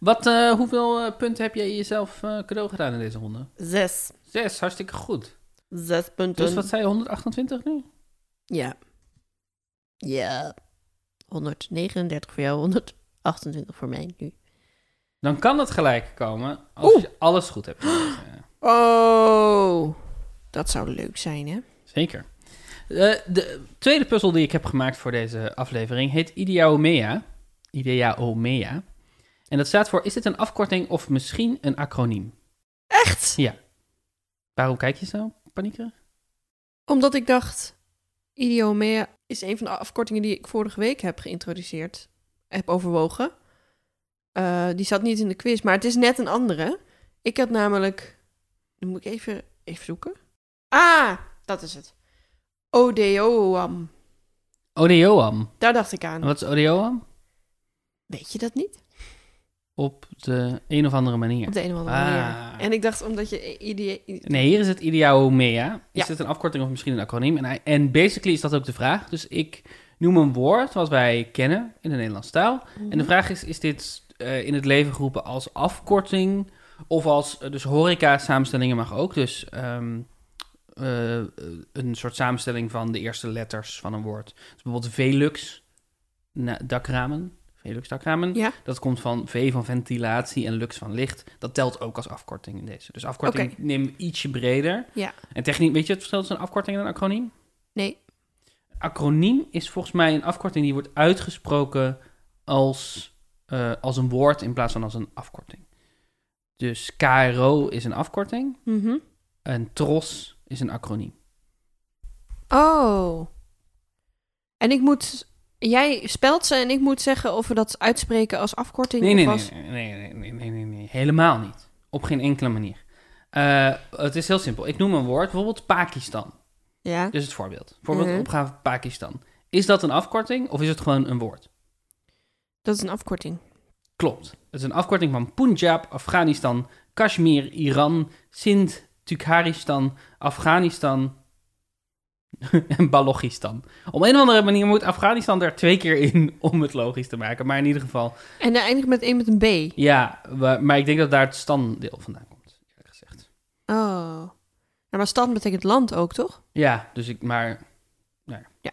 Wat, eh, hoeveel eh, punten heb jij jezelf eh, cadeau gedaan in deze ronde?
Zes.
Zes, hartstikke goed.
Zes punten.
Dus wat zei je, 128 nu?
Ja. Ja. 139 voor jou, 128 voor mij nu.
Dan kan het gelijk komen als
Oeh.
je alles goed hebt. gelezen. Ja,
Oh. Dat zou leuk zijn, hè?
Zeker. Eh, de tweede puzzel die ik heb gemaakt voor deze aflevering heet Ideaomea. Ideaomea. En dat staat voor, is dit een afkorting of misschien een acroniem?
Echt?
Waarom kijk je zo, paniekerig?
Omdat ik dacht, idiomea is een van de afkortingen die ik vorige week heb geïntroduceerd, heb overwogen. Eh, die zat niet in de quiz, maar het is net een andere. Ik had namelijk, dan moet ik even, even zoeken. Ah, dat is het. Odeoam.
Odeoam.
Daar dacht ik aan.
En wat is Odeoam?
Weet je dat niet?
Op de een of andere manier.
Op de een of andere
Ah.
manier. En ik dacht, omdat je... Idea,
Nee, hier is het Ideaomea. Is
Ja.
dit een afkorting of misschien een acroniem? En, hij- en basically is dat ook de vraag. Dus ik noem een woord wat wij kennen in de Nederlandse taal.
Mhm.
En de vraag is, is dit eh, in het leven geroepen als afkorting of als, eh, dus horeca-samenstellingen mag ook, dus ehm, eh, een soort samenstelling van de eerste letters van een woord. Dus bijvoorbeeld Velux, na- dakramen, Velux dakramen,
Ja.
dat komt van V van ventilatie en lux van licht. Dat telt ook als afkorting in deze. Dus afkorting
Oké.
neem ietsje breder.
Ja.
En techniek, weet je het verschil tussen een afkorting en een acroniem?
Nee.
acroniem is volgens mij een afkorting die wordt uitgesproken als, eh, als een woord in plaats van als een afkorting. Dus KRO is een afkorting
Mhm.
en TROS is een acroniem.
Oh. En ik moet. Jij spelt ze en ik moet zeggen of we dat uitspreken als afkorting
Nee,
of
nee, nee,
als.
nee, nee, nee, nee, nee, nee, helemaal niet. Op geen enkele manier. Eh, het is heel simpel. Ik noem een woord, bijvoorbeeld Pakistan.
Ja.
Dus het voorbeeld. Bijvoorbeeld
Mhm.
opgave Pakistan. Is dat een afkorting of is het gewoon een woord?
Dat is een afkorting.
Klopt. Het is een afkorting van Punjab, Afghanistan, Kashmir, Iran, Sindh, Tukharistan, Afghanistan en Balochistan. Op een of andere manier moet Afghanistan er twee keer in om het logisch te maken. Maar in ieder geval,
En dan eindig ik met één met een B.
ja, we- maar ik denk dat daar het standdeel vandaan komt, eerlijk gezegd.
Oh. Ja, maar stad betekent land ook, toch?
Ja, dus ik, maar, nou ja.
Ja.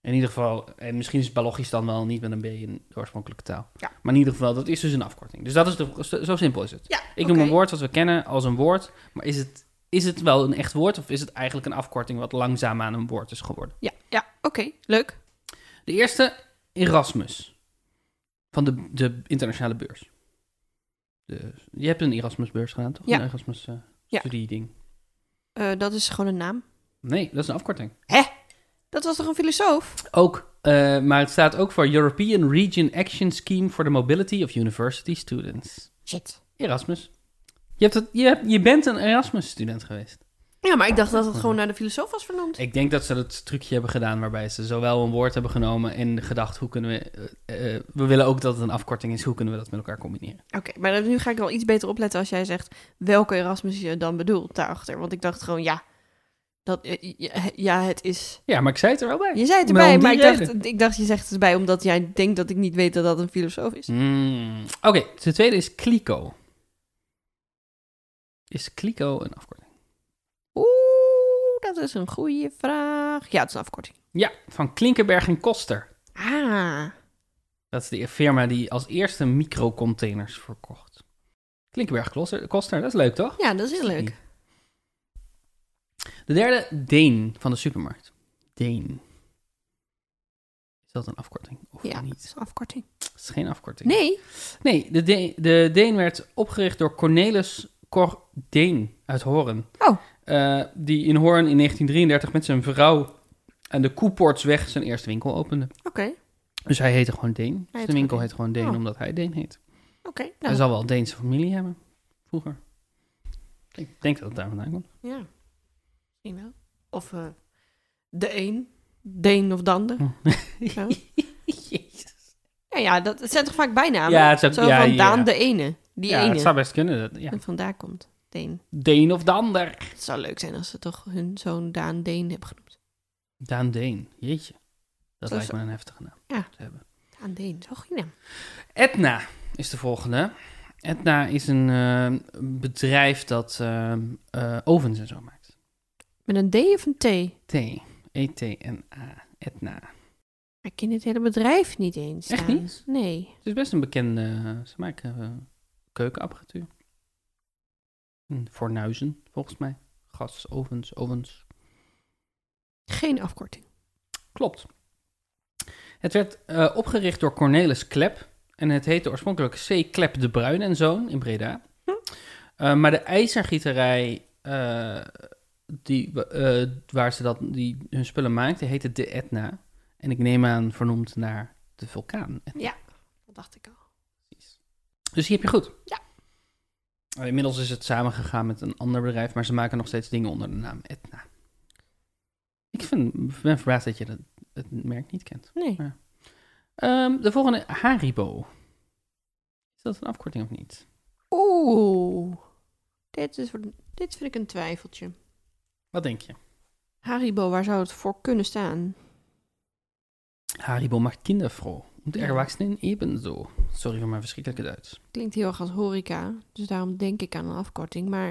In ieder geval, en misschien is Balochistan wel niet met een B in de oorspronkelijke taal.
Ja.
Maar in ieder geval, dat is dus een afkorting. Dus dat is de, zo- zo simpel is het.
Ja.
Ik noem een woord wat we kennen als een woord, maar is het, is het wel een echt woord of is het eigenlijk een afkorting wat langzaamaan een woord is geworden?
Ja, ja. oké. Leuk.
De eerste, Erasmus, van de, de internationale beurs. De, je hebt een Erasmusbeurs gedaan, toch?
Ja.
Een Erasmus eh,
Ja.
studieding.
Eh, dat is gewoon een naam.
Nee, dat is een afkorting.
Dat was toch een filosoof?
Ook, eh, maar het staat ook voor European Region Action Scheme for the Mobility of University Students.
Shit.
Erasmus. Je, hebt het, je, hebt- je bent een Erasmus-student geweest.
Ja, maar ik dacht dat het gewoon naar de filosoof was vernoemd.
Ik denk dat ze dat trucje hebben gedaan waarbij ze zowel een woord hebben genomen en gedacht hoe kunnen we. eh, eh, we willen ook dat het een afkorting is, hoe kunnen we dat met elkaar combineren?
Oké, maar dan- nu ga ik wel iets beter opletten als jij zegt welke Erasmus je dan bedoelt daarachter. Want ik dacht gewoon, ja, dat, eh, ja, ja, het is...
Ja, maar ik zei het er wel bij.
Je zei het
Maar
erbij,
om die
maar ik
reden.
dacht, ik dacht je zegt het erbij omdat jij denkt dat ik niet weet dat dat een filosoof is.
Hmm. Oké, de tweede is Clico. Is Clico een afkorting?
Oeh, dat is een goede vraag. Ja, het is een afkorting.
Ja, van Klinkenberg en Koster.
Ah,
Dat is de firma die als eerste microcontainers verkocht. Klinkenberg Kloster- Koster, dat is leuk toch?
ja, dat is heel leuk.
De derde, Deen van de supermarkt. Deen. Is dat een afkorting of
Ja, het
niet?
is een afkorting.
Het is geen afkorting.
Nee,
Nee, de, Deen, de Deen werd opgericht door Cornelis Cordeen uit Hoorn.
Oh.
Eh, die in Hoorn in 1933 met zijn vrouw aan de Koepoortsweg zijn eerste winkel opende.
oké, oké.
Dus hij heette gewoon Deen. Dus
heette
de winkel
gewoon
heet gewoon Deen
Oh.
omdat hij Deen heet.
nou,
Hij zal wel een Deense familie hebben, vroeger. Ik denk dat het daar vandaan komt.
ja. Misschien wel. Of eh, de een, de een of de ander. Ja. Ja, ja, dat het zijn toch vaak bijnamen?
Ja, het is ook-
Zo
ja,
van
ja,
Daan
ja.
de ene. Die
Ja,
ene.
het zou best kunnen. Dat, ja.
En vandaar komt Deen.
Deen of de ander.
Het zou leuk zijn als ze toch hun zoon Daan Deen hebben genoemd.
Daan Deen, jeetje. Dat
Zo-
lijkt
zo-
me een heftige naam
Ja.
te hebben.
Daan Deen, zo geen naam.
Etna is de volgende. Etna is een eh, bedrijf dat eh, eh, ovens en zo maakt.
Met een D of een T?
T, E-T-N-A, Etna.
Ik ken dit hele bedrijf niet eens.
Echt
staan.
niet?
Nee.
Het is best een bekende... ze maken eh, keukenapparatuur. Hm, Fornuizen, volgens mij. Gas, ovens, ovens.
Geen afkorting.
Klopt. Het werd eh, opgericht door Cornelis Klep en het heette oorspronkelijk C. Klep de Bruin en Zoon in Breda.
Hm.
Eh, maar de ijzergieterij eh, die, eh, waar ze dat, die hun spullen maakten, heette De Etna. En ik neem aan vernoemd naar de vulkaan.
Ja, dat dacht ik al.
Dus die heb je goed.
Ja.
Eh, Inmiddels is het samengegaan met een ander bedrijf, maar ze maken nog steeds dingen onder de naam Etna. Ik vind, ben verbaasd dat je dat, het merk niet kent.
Nee.
Ehm, de volgende, Haribo. Is dat een afkorting of niet?
Oeh. Dit, is, dit vind ik een twijfeltje.
Wat denk je?
Haribo, waar zou het voor kunnen staan?
Haribo macht kindervrouw. Und
Ja.
Erwachsenen ebenso. Sorry voor mijn verschrikkelijke Duits.
Klinkt heel erg als horeca, dus daarom denk ik aan een afkorting. Maar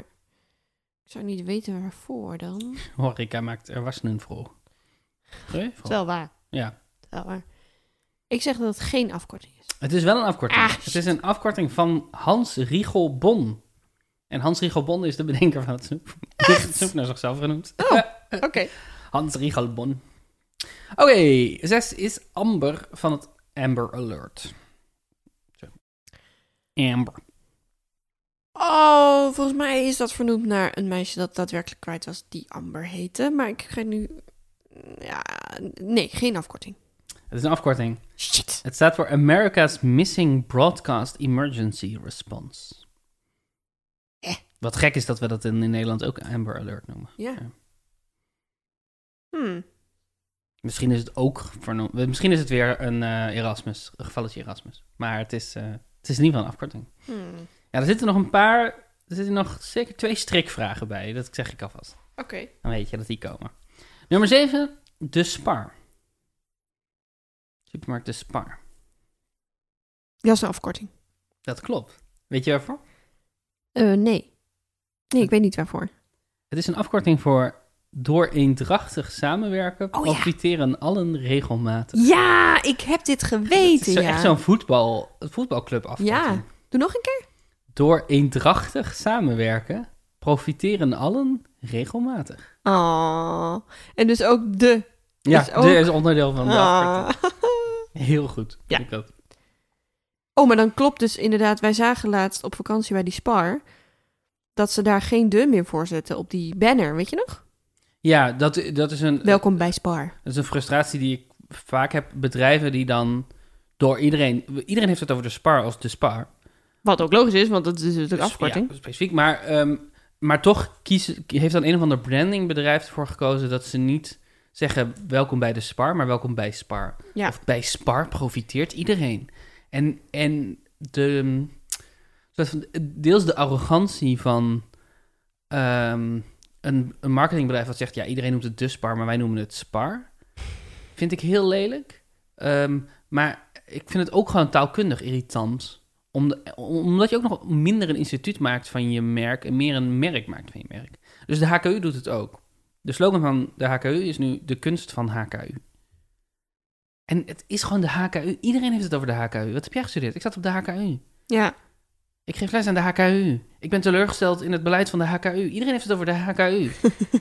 ik zou niet weten waarvoor dan.
Horeca maakt Erwachsenen vrouw. Sorry? Vrouw.
Wel waar.
Ja.
Wel waar. Ik zeg dat het geen afkorting is.
Het is wel een afkorting.
Ah,
het is een afkorting van Hans Riegel Bon. En Hans Riegel Bon is de bedenker van het soep. Die heeft het soep naar zichzelf genoemd.
Oh. Oké.
Hans Riegel Bon. Oké, zes is Amber van het Amber Alert. Zo. Amber.
Oh, volgens mij is dat vernoemd naar een meisje dat daadwerkelijk kwijt was die Amber heette. Maar ik ga nu... Ja, nee, geen afkorting.
Het is een afkorting.
Shit.
Het staat voor America's Missing Broadcast Emergency Response.
Eh.
Wat gek is dat we dat in, in Nederland ook Amber Alert noemen.
Ja.
Ja.
Hmm.
Misschien is het ook vernoemd. Misschien is het weer een eh, Erasmus, een gevalletje Erasmus. Maar het is, eh, het is in ieder geval een afkorting.
Hmm.
Ja, er zitten nog een paar. Er zitten nog zeker twee strikvragen bij. Dat zeg ik alvast.
Oké.
Dan weet je dat die komen. Nummer 7, de Spar. Supermarkt de Spar.
Dat is een afkorting.
Dat klopt. Weet je waarvoor?
Eh, nee. Nee, ik weet niet waarvoor.
Het is een afkorting voor door eendrachtig samenwerken
Oh ja.
profiteren allen regelmatig.
Ja, ik heb dit
Het
geweten,
is zo,
ja.
echt zo'n voetbal, voetbalclub afkorting.
Ja. Doe nog een keer.
Door eendrachtig samenwerken profiteren allen regelmatig.
Oh. En dus ook de.
Ja,
Is
dit
ook-
is onderdeel van de afkorting.
Ah.
Heel goed, vind
Ja.
ik dat.
Oh, maar dan klopt dus inderdaad. Wij zagen laatst op vakantie bij die Spar... dat ze daar geen de meer voor zetten op die banner. Weet je nog?
Ja, dat, dat is een...
Welkom bij Spar.
Dat is een frustratie die ik vaak heb. Bedrijven die dan door iedereen... Iedereen heeft het over de spar als de spar.
Wat ook logisch is, want dat is natuurlijk
Dus,
afkorting.
ja, specifiek. Maar, ehm, maar toch kiezen, heeft dan een of ander brandingbedrijf ervoor gekozen... dat ze niet zeggen welkom bij de spar, maar welkom bij spar.
Ja.
Of bij spar profiteert iedereen. En, en de... ehm, soort van- Deels de arrogantie van... ehm, een, een marketingbedrijf dat zegt... ja, iedereen noemt het de spar, maar wij noemen het spar... vind ik heel lelijk. Ehm, maar ik vind het ook gewoon taalkundig irritant. Om de- omdat je ook nog minder een instituut maakt van je merk... en meer een merk maakt van je merk. Dus de HKU doet het ook. De slogan van de HKU is nu de kunst van HKU. En het is gewoon de HKU. Iedereen heeft het over de HKU. Wat heb jij gestudeerd? Ik zat op de HKU.
Ja.
Ik geef les aan de HKU. Ik ben teleurgesteld in het beleid van de HKU. Iedereen heeft het over de HKU.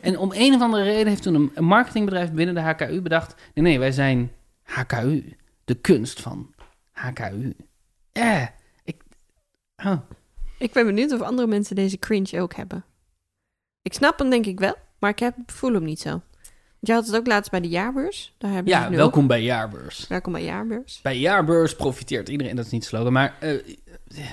en om een of andere reden heeft toen een- een marketingbedrijf binnen de HKU bedacht... nee, nee, wij zijn HKU. De kunst van HKU. Eh, ik... Oh,
Ik ben benieuwd of andere mensen deze cringe ook hebben. Ik snap hem denk ik wel, maar ik heb, voel hem niet zo. Want jij had het ook laatst bij de jaarbeurs. Daar hebben ze
ja,
het nu
welkom bij Jaarbeurs.
ook. Welkom bij jaarbeurs.
Bij Jaarbeurs profiteert iedereen. Dat is niet slogan, maar... eh, eh,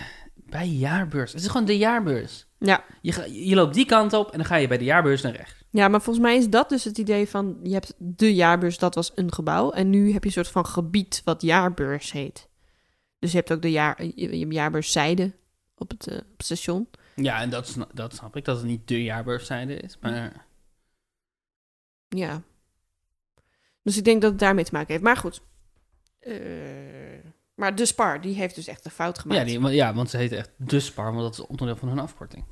bij Jaarbeurs. Het is gewoon de Jaarbeurs.
Ja.
Je, ga- je loopt die kant op en dan ga je bij de Jaarbeurs naar rechts.
ja, maar volgens mij is dat dus het idee van... Je hebt de jaarbeurs, dat was een gebouw. En nu heb je een soort van gebied wat jaarbeurs heet. Dus je hebt ook de jaar, je, je hebt jaarbeurszijde op het, eh, op het station.
Ja, en dat, sna- dat snap ik, dat het niet de jaarbeurszijde is, maar...
Ja. Dus ik denk dat het daarmee te maken heeft. Maar goed. Eh, maar de Spar, die heeft dus echt een fout gemaakt.
Ja, die- want- ja, want ze heet echt de spar, want dat is onderdeel van hun afkorting.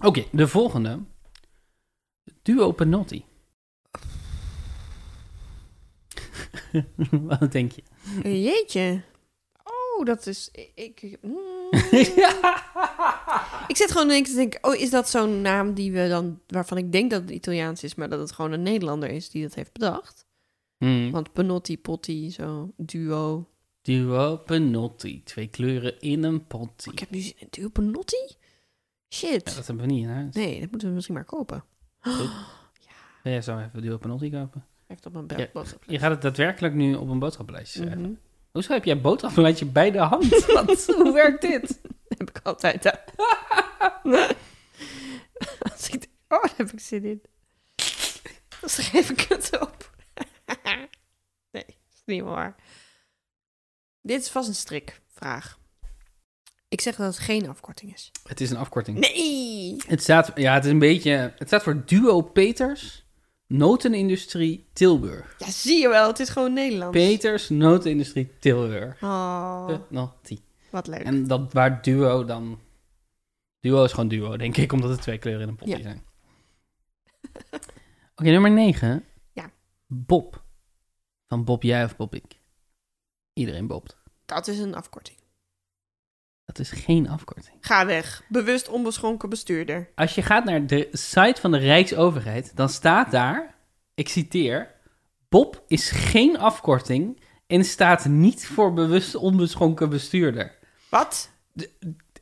Oké, de volgende. Duo Penotti. Wat denk je?
Eh, Jeetje. Oh, dat is. Ik, ik, mm. ik zit gewoon denk te denken: oh, is dat zo'n naam die we dan. waarvan ik denk dat het Italiaans is, maar dat het gewoon een Nederlander is die dat heeft bedacht?
Hmm.
Want Penotti, Potti, zo, duo.
Duo Penotti. Twee kleuren in een potty.
Oh, Ik heb nu zin in duo Penotti?
Ja,
Shit.
dat hebben we niet in huis.
Nee, dat moeten we misschien maar kopen.
Wil jij zo even Duo Penotti kopen?
Heeft op mijn
Ja,
bed. wat-
Je gaat het daadwerkelijk nu op een boodschappenlijstje schrijven.
Mhm.
Hoezo heb jij een boodschappenlijstje bij de hand? Wat? Hoe werkt dit?
Dat heb ik altijd. hè. Als ik denk, oh, daar heb ik zin in. Dan schrijf ik het op. nee, is niet waar. Dit is vast een strikvraag. Ik zeg dat het geen afkorting is.
Het is een afkorting.
Nee!
Het staat, ja, het is een beetje. Het staat voor Duo Peters, Notenindustrie Tilburg.
Ja, zie je wel, het is gewoon Nederlands.
Peters, Notenindustrie Tilburg.
Oh,
Penalty.
wat leuk.
En dat waar duo dan. Duo is gewoon duo, denk ik, omdat het twee kleuren in een potje
Ja.
zijn. Oké, nummer 9.
Ja.
Bob. Van Bob jij of Bob ik. Iedereen bobt.
Dat is een afkorting.
Dat is geen afkorting.
Ga weg. Bewust onbeschonken bestuurder.
Als je gaat naar de site van de Rijksoverheid, dan staat daar, ik citeer, Bob is geen afkorting en staat niet voor bewust onbeschonken bestuurder.
Wat?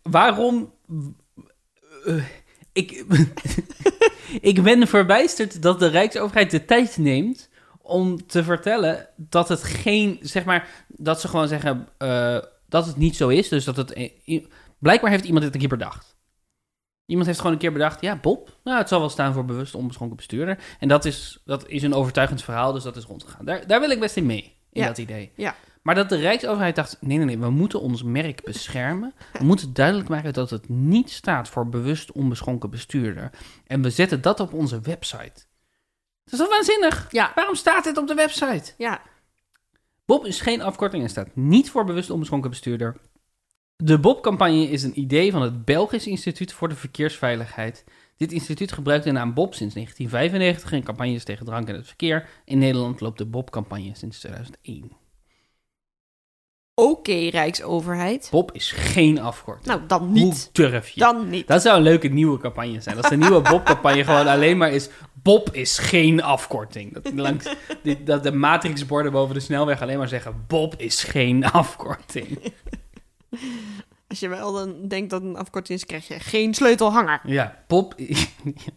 Waarom? eh, ik, ik ben verbijsterd dat de Rijksoverheid de tijd neemt om te vertellen dat het geen, zeg maar, dat ze gewoon zeggen eh, dat het niet zo is, dus dat het. eh, i- blijkbaar heeft iemand dit een keer bedacht. Iemand heeft gewoon een keer bedacht, ja, Bob, nou, het zal wel staan voor bewust onbeschonken bestuurder. En dat is, dat is een overtuigend verhaal, dus dat is rondgegaan. Daar, daar wil ik best in mee, in
Ja.
dat idee.
Ja.
Maar dat de Rijksoverheid dacht, nee, nee, nee, we moeten ons merk beschermen. We moeten duidelijk maken dat het niet staat voor bewust onbeschonken bestuurder. En we zetten dat op onze website. Dat is toch waanzinnig?
Ja.
Waarom staat dit op de website?
Ja.
Bob is geen afkorting en staat niet voor bewust onbeschonken bestuurder. De Bob-campagne is een idee van het Belgisch Instituut voor de Verkeersveiligheid. Dit instituut gebruikt de naam Bob sinds 1995 in campagnes tegen drank en het verkeer. In Nederland loopt de Bob-campagne sinds 2001.
Oké, Rijksoverheid.
Bob is geen afkorting.
Nou, dan niet.
Hoe durf je?
Dan niet.
Dat zou een leuke nieuwe campagne zijn. Als de nieuwe Bob-campagne gewoon alleen maar is... Bob is geen afkorting. Dat, langs, dit- dat de matrixborden boven de snelweg alleen maar zeggen... Bob is geen afkorting.
Als je wel dan denkt dat het een afkorting is, krijg je geen sleutelhanger.
Ja, Bob...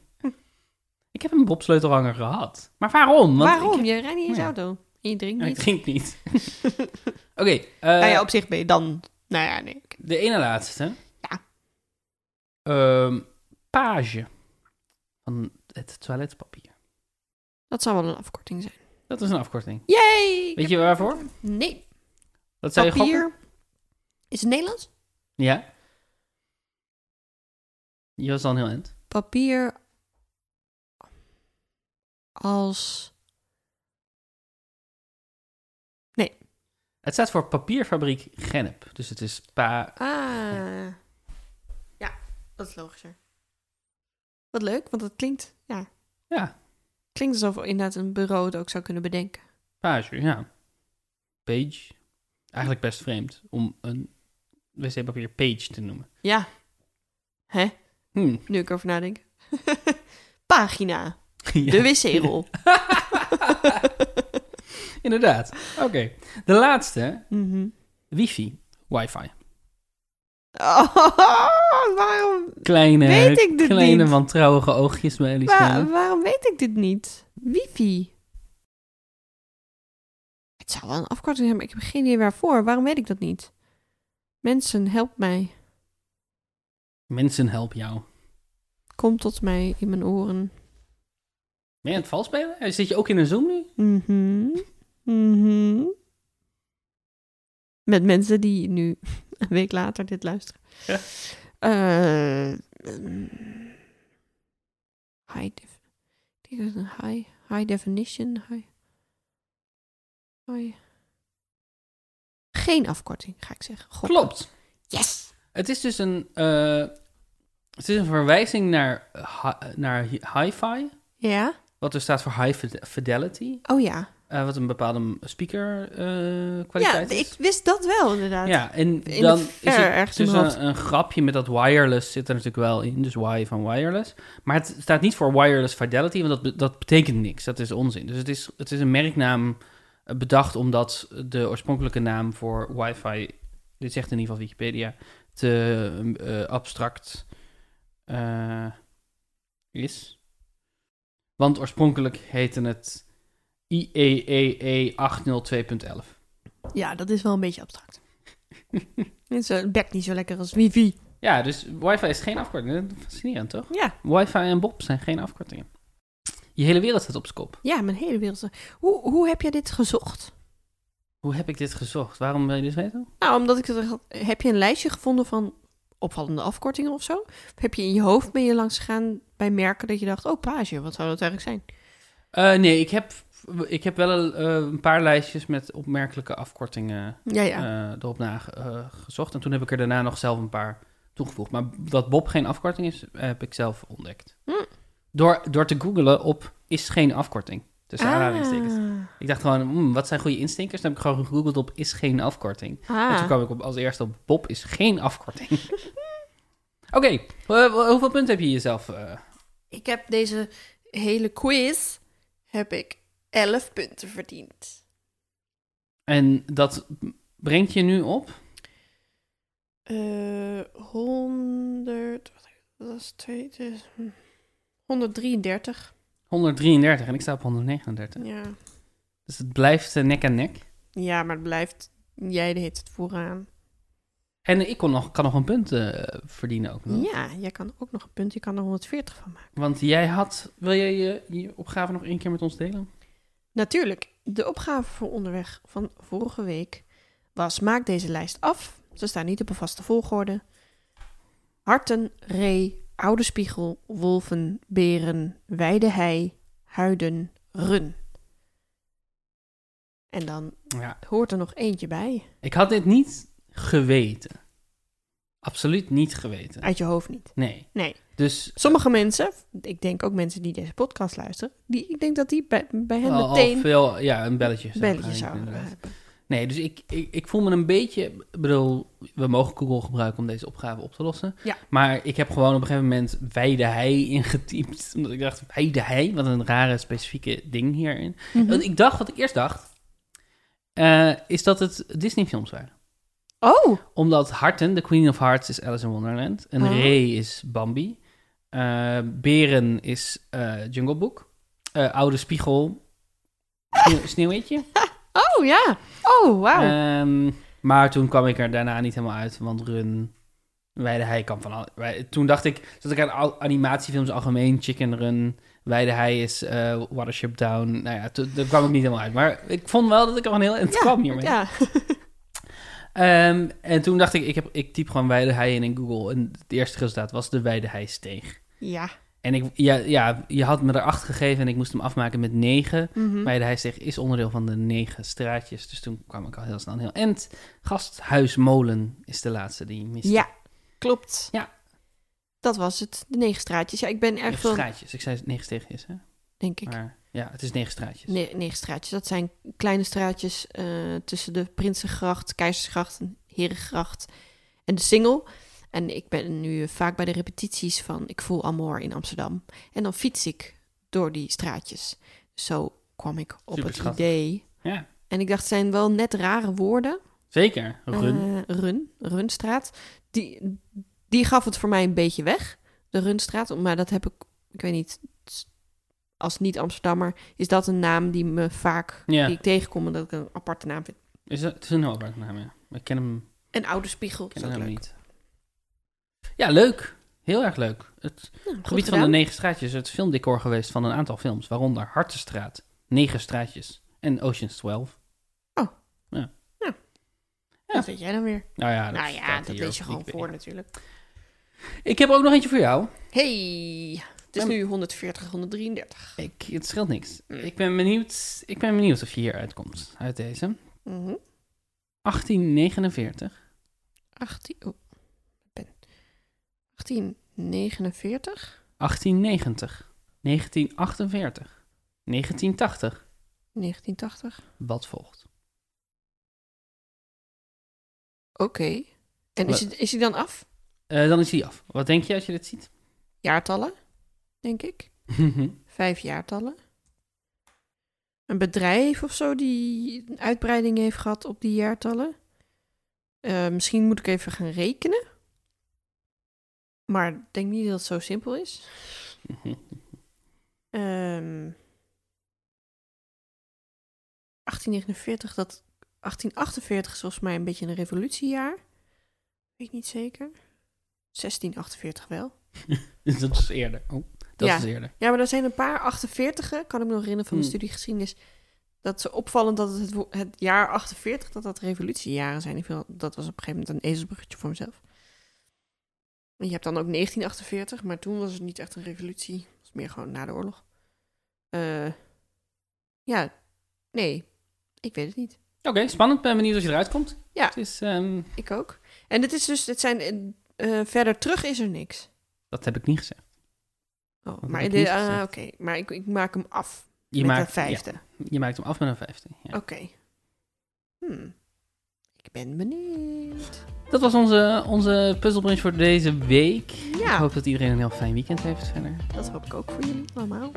ik heb een Bob-sleutelhanger gehad. Maar waarom? Want
Waarom?
Ik, Oh
Je rijdt niet in je
Ja.
auto. En je drinkt
Ja, ik
niet.
drink niet. Oké, eh,
nou ja, op zich ben je dan... Nou ja, nee. oké.
de ene laatste.
Ja.
Ehm, page. Van het toiletpapier.
Dat zou wel een afkorting zijn.
Dat is een afkorting.
Yay!
Weet je waarvoor?
Nee.
Dat zou je gokken?
Papier. Is het Nederlands?
Ja. Je was dan heel end.
Papier als...
Het staat voor papierfabriek Gennep. Dus het is pa...
Ah. Ja, dat is logischer. Wat leuk, want dat klinkt... Ja.
Ja.
Klinkt alsof inderdaad een bureau het ook zou kunnen bedenken.
Page, ja. Page. Eigenlijk best vreemd om een wc-papier page te noemen.
Ja,
Hm.
nu ik erover nadenk. Pagina.
Ja,
De wc-rol.
Inderdaad. Oké. De laatste.
Mhm.
Wifi. Wifi.
Oh, waarom,
Kleine,
Weet ik dit
kleine
niet?
wantrouwige oogjes bij Ellie
wa-
Schellen.
waarom weet ik dit niet? Wifi. Het zou wel een afkorting zijn, maar ik heb geen idee waarvoor. Waarom weet ik dat niet? Mensen, help mij.
Mensen, help jou.
Kom tot mij in mijn oren.
Ben je aan het vals spelen? Zit je ook in een Zoom nu?
Mhm. Mhm. Met mensen die nu een week later dit luisteren.
Ja.
Eh, mm. high, def- ik denk dat het een high, high definition. High, high. Geen afkorting, ga ik zeggen. God.
Klopt.
Yes!
Het is dus een, eh, het is een verwijzing naar, hi- naar hi- hi-fi,
Ja?
wat dus staat voor high fide- fidelity,
Oh ja.
eh, wat een bepaalde speaker eh,
Ja,
kwaliteit
ik
is.
wist dat wel inderdaad.
Ja, en
in
dan
de
is
ver
het
ergens in
dus
mijn hoofd.
een, een grapje met dat wireless zit er natuurlijk wel in, dus why van wireless. Maar het staat niet voor wireless fidelity, want dat, be- dat betekent niks, dat is onzin. Dus het is, het is een merknaam eh, bedacht omdat de oorspronkelijke naam voor wifi, dit zegt in ieder geval Wikipedia, te eh, abstract eh, is. Want oorspronkelijk heette het E IEEE 802.11.
ja, dat is wel een beetje abstract. Mensen bek niet zo lekker als wifi.
Ja, dus wifi is geen afkorting. Dat is Fascinerend, toch?
Ja.
Wifi en Bob zijn geen afkortingen. Je hele wereld staat op z'n kop.
Ja, mijn hele wereld. Hoe, hoe heb jij dit gezocht?
Hoe heb ik dit gezocht? Waarom wil je dit weten?
Nou, omdat ik het heb je een lijstje gevonden van opvallende afkortingen of zo? Of heb je in je hoofd ben je langs gegaan bij merken dat je dacht, oh page, wat zou dat eigenlijk zijn?
Eh, nee, ik heb, ik heb wel een, eh, een paar lijstjes met opmerkelijke afkortingen
Ja, ja.
eh, erop nagezocht. en toen heb ik er daarna nog zelf een paar toegevoegd. Maar dat Bob geen afkorting is, heb ik zelf ontdekt.
Hm.
Door, door te googlen op is geen afkorting. Dus aanhalingstekens.
ah.
Ik dacht gewoon, hmm, wat zijn goede instinkers? Toen heb ik gewoon gegoogeld op is geen afkorting. En toen
Ah.
kwam ik op, als eerste op Bob is geen afkorting. Oké, eh, wel- hoeveel punten heb je jezelf? eh?
Ik heb deze hele quiz, heb ik 11 punten verdiend.
en dat brengt je nu op?
Eh 100, wat was dus, hm. het, 133,
133 en ik sta op 139.
ja.
Dus het blijft eh, nek aan nek.
Ja, maar het blijft, jij heet het vooraan.
En ik kon nog, kan nog een punt eh, verdienen ook nog.
Ja, jij kan ook nog een punt. Je kan er 140 van maken.
Want jij had... Wil jij je, je opgave nog één keer met ons delen?
Natuurlijk, de opgave voor onderweg van vorige week was: maak deze lijst af. Ze staan niet op een vaste volgorde. Harten, ree, oude spiegel, wolven, beren, weidehei, huiden, run. En dan
Ja.
hoort er nog eentje bij.
Ik had dit niet geweten. Absoluut niet geweten.
Uit je hoofd niet.
Nee.
Ah. Nee.
Dus...
Sommige mensen, ik denk ook mensen die deze podcast luisteren, die, ik denk dat die bij, bij hen
al- al
meteen
veel, ja, een belletje. zou
belletjes
gaan,
zouden
inderdaad.
hebben.
Nee, dus ik, ik, ik voel me een beetje... Ik bedoel, we mogen Google gebruiken om deze opgave op te lossen.
Ja.
Maar ik heb gewoon op een gegeven moment weide hei ingetypt. Omdat ik dacht, weide hei? Wat een rare specifieke ding hierin.
Mhm.
Want ik dacht, wat ik eerst dacht... eh, is dat het Disney films waren.
Oh,
Omdat Harten, The Queen of Hearts, is Alice in Wonderland. En
Oh.
Ree is Bambi. Eh, Beren is eh, Jungle Book. Eh, Oude Spiegel, Sneeuw- Sneeuwwitje.
oh ja. Oh, wauw.
Ehm, maar toen kwam ik er daarna niet helemaal uit, want Run, Weide Hei kan van al. Wij- Toen dacht ik, zat ik aan al- animatiefilms algemeen, Chicken Run, Weide Hei is eh, Watership Down. Nou ja, toen daar kwam ik niet helemaal uit. Maar ik vond wel dat ik er een heel eind
Ja,
kwam hiermee.
Ja.
Ehm, en toen dacht ik, ik, heb, ik typ gewoon Weide Hei in in Google en het eerste resultaat was de Weide Hei steeg.
ja.
En ik, ja, ja, je had me er acht gegeven en ik moest hem afmaken met negen.
Mhm.
Bij de Heijsteeg is onderdeel van de negen straatjes. Dus toen kwam ik al heel snel aan heel end. Gasthuismolen is de laatste die je mist.
Ja, klopt.
Ja.
Dat was het. De negen straatjes. Ja, ik ben erg
Negen
veel,
straatjes. Ik zei negen steegjes, hè?
denk ik.
Maar ja, het is negen straatjes.
Ne negen straatjes. Dat zijn kleine straatjes eh, tussen de Prinsengracht, Keizersgracht en Herengracht en de Singel. En ik ben nu eh, vaak bij de repetities van Ik voel Amor in Amsterdam. En dan fiets ik door die straatjes. Zo kwam ik op het
Superschattig.
idee.
Ja,
En ik dacht, het zijn wel net rare woorden.
zeker. Run.
Eh, Run, Runstraat. Die, die gaf het voor mij een beetje weg, de Runstraat. Maar dat heb ik, ik weet niet, s- als niet-Amsterdammer is dat een naam die me vaak,
Ja.
die ik tegenkom en dat ik een aparte naam vind.
is dat, het is een Holbergnaam, ja. Maar Ik ken hem,
Een oude spiegel.
ken
is ook
hem
leuk.
niet. Ja, leuk. Heel erg leuk. Het
Nou, goed
gebied van de
gedaan.
negen straatjes is het filmdecor geweest van een aantal films. Waaronder Hartenstraat, Negen Straatjes en Ocean's 12. ja.
Dat weet jij dan weer.
Nou ja, dat,
nou
staat
ja, dat lees je
hier ook niet
gewoon
bij.
voor natuurlijk.
Ik heb ook nog eentje voor jou.
Hey, het is
En-
nu 140, 133.
Ik, het scheelt niks.
Mm.
Ik ben, benieuwd, ik ben benieuwd of je hier uitkomt uit deze.
Mhm.
1849
18, oh, pen. 1849.
1890, 1948, 1980.
1980.
Wat volgt?
Oké. En is,
Wat?
het, is die dan af?
Eh, dan is die af. Wat denk je als je dit ziet?
jaartallen, denk ik. Vijf jaartallen. Een bedrijf of zo die een uitbreiding heeft gehad op die jaartallen. Eh, misschien moet ik even gaan rekenen. Maar ik denk niet dat het zo simpel is. Ehm, 1849, dat 1848 is volgens mij een beetje een revolutiejaar. Weet ik niet zeker. 1648 wel.
dat is eerder. Oh, dat
Ja.
is eerder.
Ja, maar er zijn een paar 48e, kan ik me nog herinneren van mijn
Hmm. studiegeschiedenis,
studiegeschiedenis. Dat ze opvallend dat het, het jaar 48, dat dat revolutiejaren zijn. Ik vind, dat- dat was op een gegeven moment een ezelsbruggetje voor mezelf. En je hebt dan ook 1948, maar toen was het niet echt een revolutie. Het was meer gewoon na de oorlog. Eh, ja, nee, ik weet het niet.
Oké, spannend. Ben benieuwd als je eruit komt.
Ja.
Het is, ehm,
Ik ook. En dit is dus, dit zijn, eh, eh, verder terug is er niks.
dat heb ik niet gezegd.
Oh,
heb
maar
ik
de-
niet
ah,
gezegd?
oké, maar ik, ik maak hem af
Je
met Oh.
maakt,
de vijfde.
ja, je maakt hem af met een vijfde. Ja.
Oké. Hmm. Ik ben benieuwd.
Dat was onze, onze puzzelbrunch voor deze week. Ik
Ja,
hoop dat iedereen een heel fijn weekend heeft verder.
dat hoop ik ook voor jullie allemaal.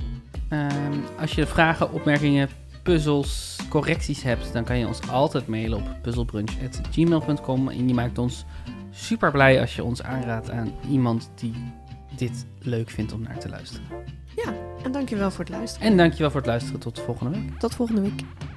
Ehm, als je vragen, opmerkingen, puzzels, correcties hebt, dan kan je ons altijd mailen op puzzelbrunch.gmail.com. En je maakt ons super blij als je ons aanraadt aan iemand die dit leuk vindt om naar te luisteren.
En dankjewel voor het luisteren.
En dankjewel voor het luisteren. Tot volgende week.
Tot volgende week.